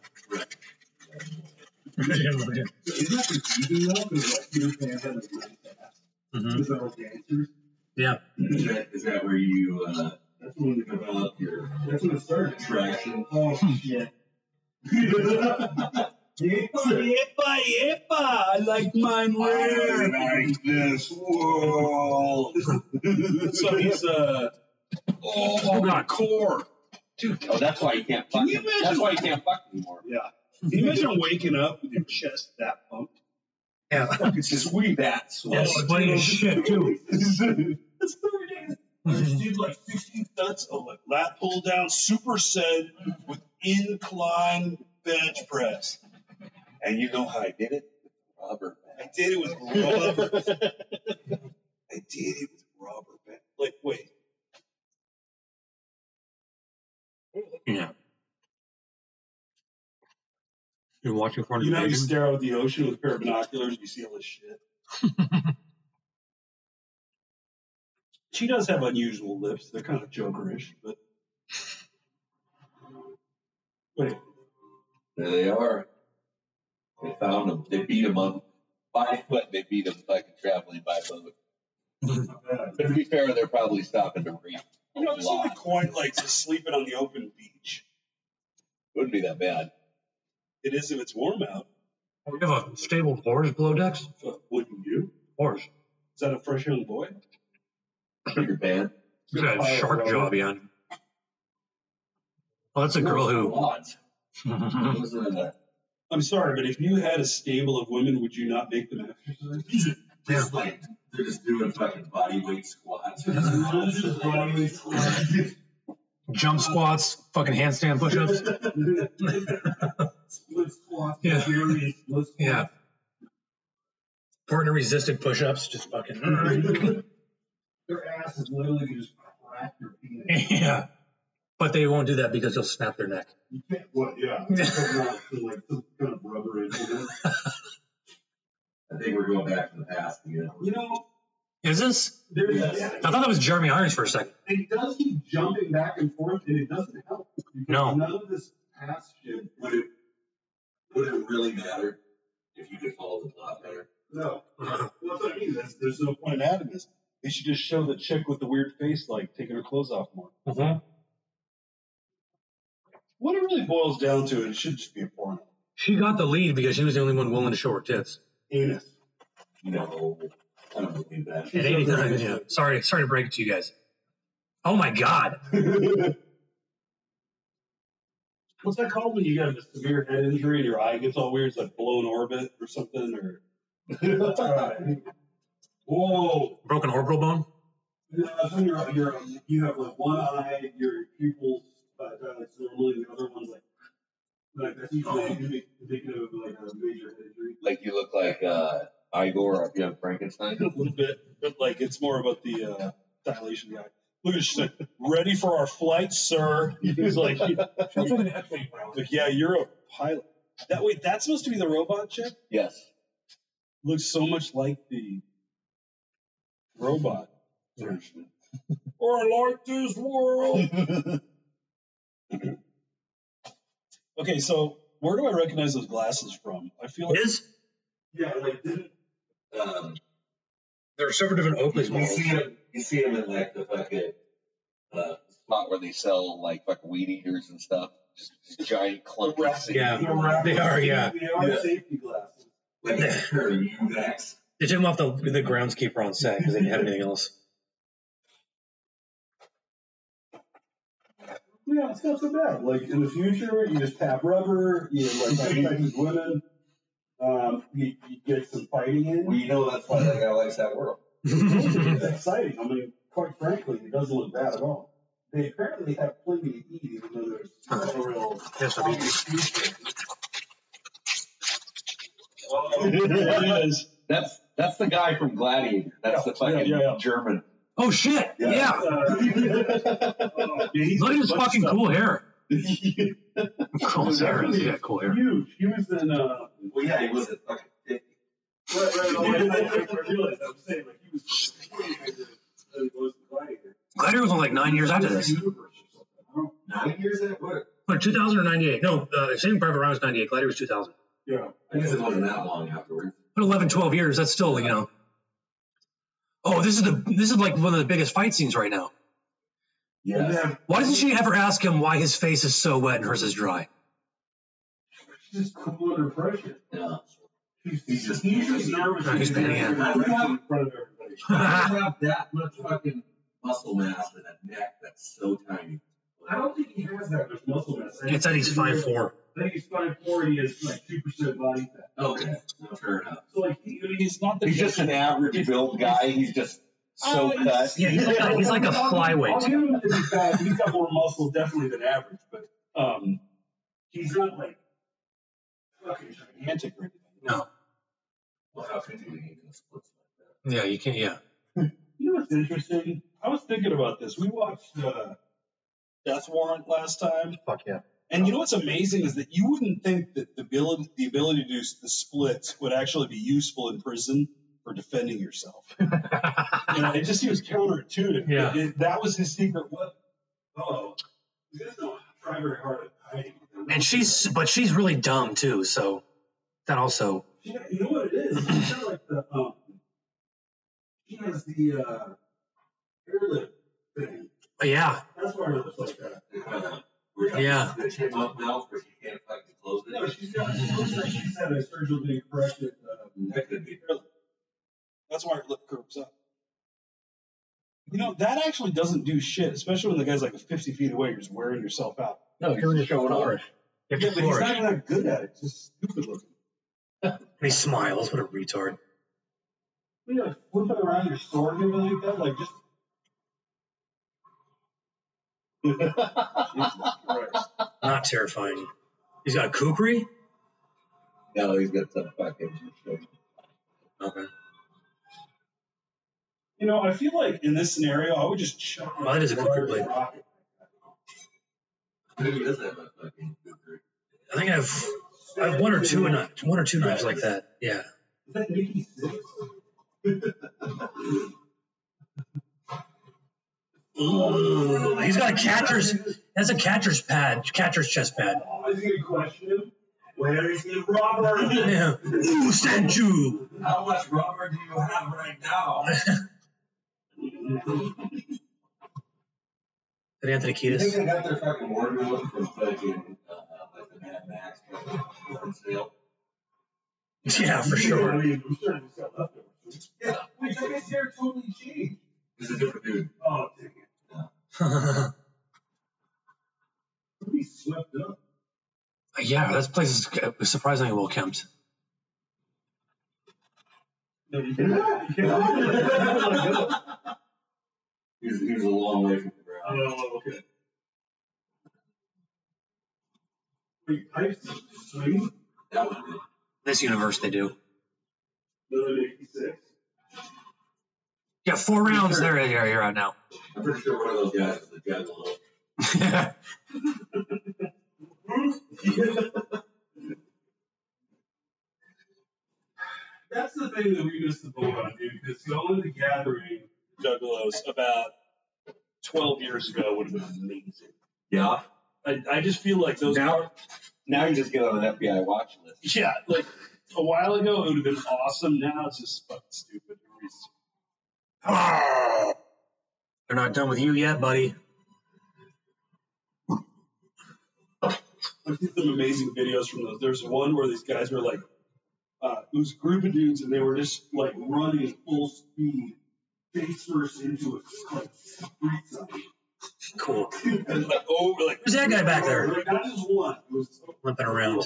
S1: Mm-hmm.
S2: So Isn't that confusing though? Because like your fans have a great ass.
S1: Mhm.
S2: Because they're all dancers.
S3: Is that, is that where you uh,
S2: That's when they go out.
S3: develop your
S2: That's when it started.
S3: attraction?
S2: Oh shit. yeah,
S4: Epa, epa, I like mine
S5: I like this world.
S4: so he's, uh,
S5: Oh, my core.
S3: Oh, that's why you can't fuck.
S4: Can you
S3: him.
S4: imagine-
S3: That's why you can't fuck anymore.
S4: can you imagine waking up with your chest that pumped?
S1: Yeah.
S4: It's just weird.
S3: That's why.
S1: That's funny as shit, too.
S4: It's three days. I did like 15 sets of like lat pull down, superset with incline bench press. And you know how I did it?
S3: Robert,
S4: I did it with rubber. I did it with rubber band. Like, wait,
S1: Yeah. You're watching for
S4: you know how you stare out at the ocean with a pair of binoculars and you see all this shit? she does have unusual lips. They're kind of jokerish, but. Wait,
S3: There they are. They found them. They beat them up by foot. They beat them fucking traveling by boat. But to be fair, they're probably stopping to reap.
S4: you know, it's
S3: Lot.
S4: not quite like just sleeping on the open beach.
S3: Wouldn't be that bad.
S4: It is if it's warm out,
S1: We have a stable of horse below decks?
S4: but wouldn't you?
S1: Horse.
S4: Is that a fresh young boy?
S3: Bigger band.
S1: You got a shark jaw beyond. Well, Oh, that's a girl who.
S3: Lots. Those are the-
S4: I'm sorry, but if you had a stable of women, would you not make them exercise?
S3: Just like they're just doing fucking body weight squats.
S2: Just body weight squats.
S1: jump squats, fucking handstand push-ups.
S2: Split squat.
S1: Yeah.
S2: Jerry, split squat.
S1: Yeah. Partner resisted push-ups, just fucking.
S2: Their ass is literally gonna just crack your penis.
S1: yeah. But they won't do that because you'll snap their neck.
S2: You can't, what, yeah. It's not to, like some kind of rubber in
S3: I think we're going back to the past again.
S2: You know,
S1: Is this?
S2: there's
S3: Yes.
S1: I thought that was Jeremy Irons for a second.
S2: it does keep jumping back and forth, and it doesn't help. Because
S1: No.
S2: None of this past shit
S3: Would it would it really matter if you could follow the plot better?
S2: No. That's what I mean. That's, there's no
S4: Point
S2: point.
S4: of adding this. They should just show the chick with the weird face, like taking her clothes off more.
S1: Mhm.
S4: What it really boils down to, it should just be a porno.
S1: She got the lead because she was the only one willing to show her tits.
S2: Anus.
S3: No, I don't believe
S1: At
S3: that.
S1: 89, yeah. Sorry, sorry to break it to you guys. Oh my god.
S4: What's that called when you got a severe head injury and your eye gets all weird? It's like blown orbit or something, or
S2: Whoa.
S1: Broken orbital bone?
S2: No, it's when you're, you're, um, you have like one eye, your pupils, but uh, it's normally the other one's like, like that's
S4: Oh.
S2: usually indic- indicative of like a major head injury.
S3: Like you look like uh, Igor off Young Frankenstein.
S4: a little bit, but like it's more about the uh, dilation of the eye. Look at she's like, ready for our flight, sir. He's like, like, yeah, you're a pilot. That wait, that's supposed to be the robot chick.
S3: Yes.
S4: Looks so much like the robot version. or like this world. okay, so where do I recognize those glasses from? I feel like
S1: His?
S2: Yeah, like didn't
S3: Um,
S1: There are several different
S3: you,
S1: Oakley's
S3: you
S1: models.
S3: see him. You see him in like the fucking uh, spot where they sell like fucking weed eaters and stuff. Just these giant clump.
S1: Yeah. They are, yeah.
S2: They are
S3: Yeah.
S2: safety glasses.
S3: Like, are you next?
S1: They took him off the, the groundskeeper on set because they didn't have anything else.
S2: Yeah, it's not so bad. Like in the future, you just tap rubber, you like have sex with women, um, you, you get some fighting
S3: Well,
S2: in.
S3: you know that's why that guy likes that world.
S2: It's exciting. I mean, quite frankly, it doesn't look bad at all. They apparently have plenty to eat, even though there's no real.
S1: Yes, I mean,
S4: there it is.
S3: That's that's the guy from Gladiator. That's the fucking
S4: yeah, yeah.
S3: German.
S1: oh shit! Yeah.
S2: Uh,
S4: Yeah, he's
S1: Look at his
S4: a bunch
S1: fucking
S4: of
S1: cool hair.
S3: well,
S1: Cool
S2: was
S1: hair.
S2: definitely
S1: Yeah, cool hair.
S2: huge. He was in. Uh,
S3: yeah, he was a fucking eh, dick.
S2: right, right, right, I, I, I realized I was saying like he was. He was fighting.
S1: Gladiator was on like nine years after this.
S3: Nine years at work.
S1: Like 2000 or 98. No, uh, Saving Private Ryan was 98. Gladiator was 2000.
S2: Yeah.
S3: I guess it wasn't that long afterwards.
S1: But 11, 12 years, that's still, you know. Oh, this is the this is like one of the biggest fight scenes right now.
S3: Yes.
S1: Why doesn't she ever ask him why his face is so wet and hers is dry?
S2: She's just cool under pressure.
S3: Yeah.
S2: He's,
S3: He's just-
S2: he's just nervous.
S1: He's
S2: He's
S1: been-
S2: nervous
S3: yeah.
S2: in front of everybody.
S3: I don't have that much fucking muscle mass in a neck that's so tiny.
S2: I don't think he has that much muscle mass. I
S1: It's that he's
S2: think
S1: five four.
S2: I think he's five four. He has like two percent body fat.
S3: Okay. No, fair enough.
S2: So like he,
S4: He's not the
S3: He's just an average built guy. He's just so cut.
S1: Yeah, Oh, he's like a, he's like a
S2: I'll
S1: flyweight.
S2: give him that he's got, he's got more muscle definitely than average, but um, he's not like fucking gigantic or anything.
S1: No.
S3: Well, how could you eat in a split like
S1: Yeah, you can't. Yeah.
S2: You know what's interesting?
S4: I was thinking about this. We watched uh, Death Warrant last time,
S1: Fuck yeah.
S4: and you know what's amazing is that you wouldn't think that the ability the ability to do s- the splits would actually be useful in prison for defending yourself. You know, it just seems counterintuitive.
S1: Yeah.
S4: It- that was his secret weapon.
S2: Oh, he's not try very hard at hiding.
S1: And she's but she's really dumb too. So that also.
S2: She, you know what it is? She's got like the um, she has the uh, airlift thing.
S1: but Yeah.
S2: That's why her lips like that.
S3: that? Where you
S1: Yeah.
S3: The chin up mouth where you can't fucking close
S2: No,
S3: it.
S2: she's got. She looks like she's had a surgically corrected. Um,
S3: That could be.
S4: That's why her lip curves up. You know, that actually doesn't do shit, especially when the guy's like 50 feet away, you're just wearing yourself out.
S1: No,
S3: you're just showing off.
S1: You
S4: Yeah,
S1: have to
S4: but he's
S1: flourish.
S4: not even that good at it. It's just stupid looking.
S1: And he smiles. What a retard.
S2: you know, flipping around your sword and everything like that. Like just
S1: Not terrifying. He's got a kukri?
S3: No, he's got some fucking shit.
S1: Okay.
S4: You know, I feel like in this scenario, I would just chuck. my-
S1: Mine is a kukri blade.
S3: Maybe he does have a fucking cooker.
S1: I think I've I have one or two knives, one or two knives like that. Yeah.
S2: Is that Nikki Six?
S1: Ooh, he's got a catcher's. That's a catcher's pad, catcher's chest pad.
S4: Oh,
S2: I was gonna question him. Where is the rubber?
S1: Yeah. Ooh, Sanju.
S2: How much rubber do you have right now?
S1: And Anthony
S3: You think
S1: Kiedis.
S3: they got their fucking wardrobe from fucking uh, like the Mad Max fucking yard sale?
S1: Yeah, for sure.
S2: We- we started to sell leftovers. Yeah, we took his hair totally changed.
S3: There's a different dude.
S2: Oh, dang it.
S1: yeah,
S2: Somebody swept
S1: this
S2: up.
S1: place is surprisingly well kept.
S4: No, you can-
S2: oh,
S3: He was, he was a long way from the ground.
S4: Oh,
S2: okay. Wait, pipes swing?
S3: That would be.
S1: This universe, they do.
S2: Another Nikki Six.
S1: Yeah, four rounds. There they are. You're out now.
S3: I'm pretty sure one of those guys is a general.
S2: That's the thing that we missed the boat on, dude, because Noah the Gathering
S4: Juggalos about 12 years ago would have been amazing.
S3: Yeah.
S4: I, I just feel like those.
S3: Now, now you just get on an FBI watch list.
S4: yeah, like a while ago it would have been awesome. Now it's just fucking stupid.
S1: They're not done with you yet, buddy.
S4: I've seen some amazing videos from those. There's one where these guys were like, uh, it was a group of dudes and they were just like running at full speed, face first into a like, street sign.
S1: Cool.
S4: And like over, like,
S1: Who's that guy back there?
S4: like, not just one. It was
S1: Limping around.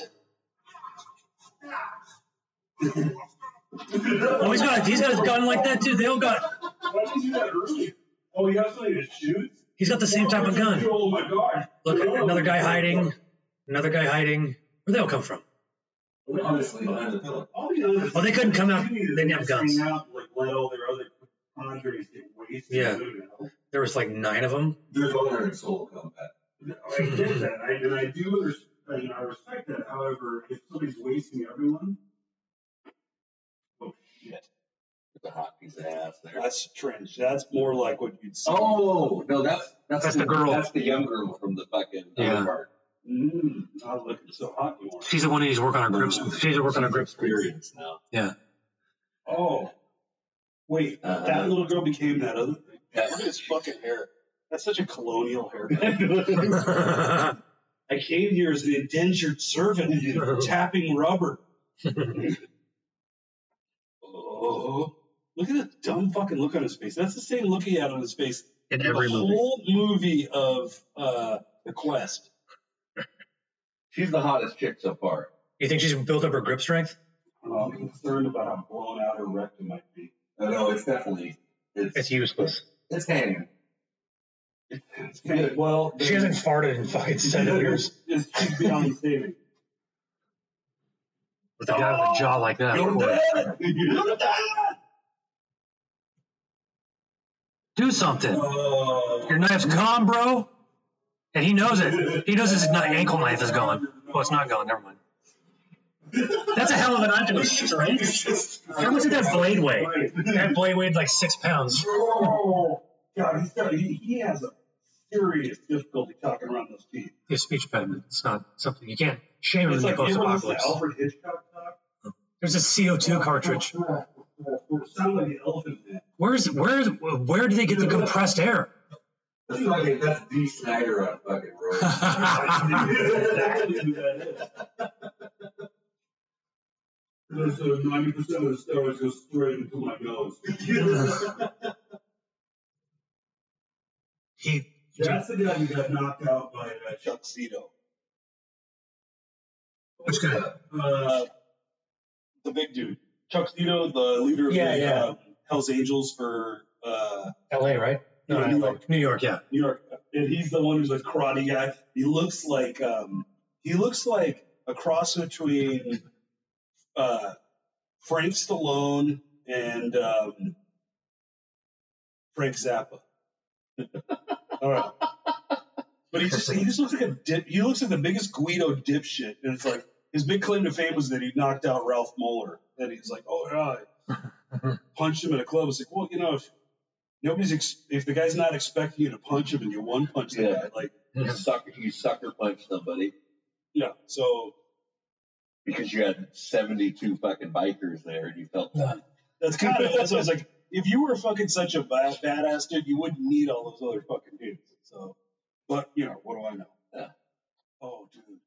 S1: Oh, he's got he's got his gun like that too. They all got
S2: Why did you do that earlier? Oh, you have something to shoot?
S1: he's got the same type of gun.
S2: Oh my god.
S1: Look, another guy hiding. Another guy hiding. Where'd they all come from?
S3: Honestly, behind the pillow.
S2: I'll be honest.
S1: Well, they couldn't come out- they didn't have guns.
S2: Hang out, like, let all their other cadres get wasted.
S1: Yeah.
S2: you know?
S1: There was like nine of them.
S3: There's honor in soul combat.
S2: No, I get that, I, and I do understand, and I respect that. However, if somebody's wasting everyone,
S3: It's a hot piece of ass there.
S4: that's trench. That's more like what you'd see.
S3: Oh no, that's that's,
S1: That's the girl.
S3: That's the young girl from the fucking
S1: Yeah.
S3: other part.
S4: Mm, not looking so hot anymore.
S1: She's the one who needs to work on her grips. She needs to work on her
S3: She's
S1: grips.
S3: experienced now.
S4: Oh, wait,
S3: Uh,
S4: that little girl became that other thing.
S3: That-
S4: Look at his fucking hair. That's such a colonial hair.
S1: That's
S4: I came here as an indentured servant, tapping rubber. Oh, look at the dumb fucking look on his face. That's the same look he had on his face
S1: In
S4: in
S1: every
S4: the
S1: movie.
S4: whole movie of uh, The Quest.
S3: She's the hottest chick so far.
S1: You think she's built up her grip strength?
S4: Um, I'm concerned about how blown out her rectum might be.
S3: No, no, it's definitely it's
S1: It's
S3: it's,
S1: useless.
S3: hanging.
S4: It's kind of, well,
S1: She hasn't farted in fucking seven years.
S4: It's she's beyond saving.
S1: With a guy with a jaw like that. of course. Do something.
S4: Uh,
S1: Your knife's gone, bro. And he knows it. He knows his kni- ankle knife is gone. Well, it's not gone. Never mind. That's a hell of a knife to a strength. How much did that blade weigh? That blade weighed like six pounds.
S4: Oh, God, he's got, he, he has a serious difficulty talking around those teeth.
S1: His speech impediment. It's not something you can't shame him
S4: It's
S1: in the
S4: like
S1: post
S4: it was the
S1: apocalypse.
S4: Alfred Hitchcock talk.
S1: There's a CO2 cartridge.
S4: Sound like the elephant man.
S1: Where's where's where do they get the compressed air?
S3: That's fucking that's D Snyder on fucking road.
S2: exactly who that is. And So ninety percent of the steroids go straight into my nose.
S1: he
S2: That's the guy who got knocked out by uh, Chuck.
S4: Tuxedo.
S1: which guy?
S2: Uh,
S4: The big dude. Tuxedo, the leader of
S1: Yeah,
S4: the
S1: yeah.
S4: um, Hells Angels for uh,
S1: L.A. Right? No,
S4: No,
S1: uh, New
S4: New
S1: York. New York. Yeah.
S4: New York.
S2: and he's the one who's a karate guy. He looks like um, he looks like a cross between uh, Frank Stallone and
S4: uh,
S2: um, Frank Zappa. All right. But he just, he just looks like a dip. He looks like the biggest Guido dipshit. And it's like his big claim to fame was that he knocked out Ralph Muller. And he's like, oh, yeah. I Punched him at a club. It's like, well, you know, if nobody's, ex- if the guy's not expecting you to punch him and you one punch the
S3: Yeah.
S2: guy, like,
S3: You sucker, you sucker punch somebody
S2: yeah. So
S3: because you had 72 fucking bikers there and you felt that.
S2: that's kind of, that's what I was like. If you were fucking such a ba- badass dude, you wouldn't need all those other fucking dudes. So, but, you know, what do I know?
S3: Yeah.
S2: Oh, dude.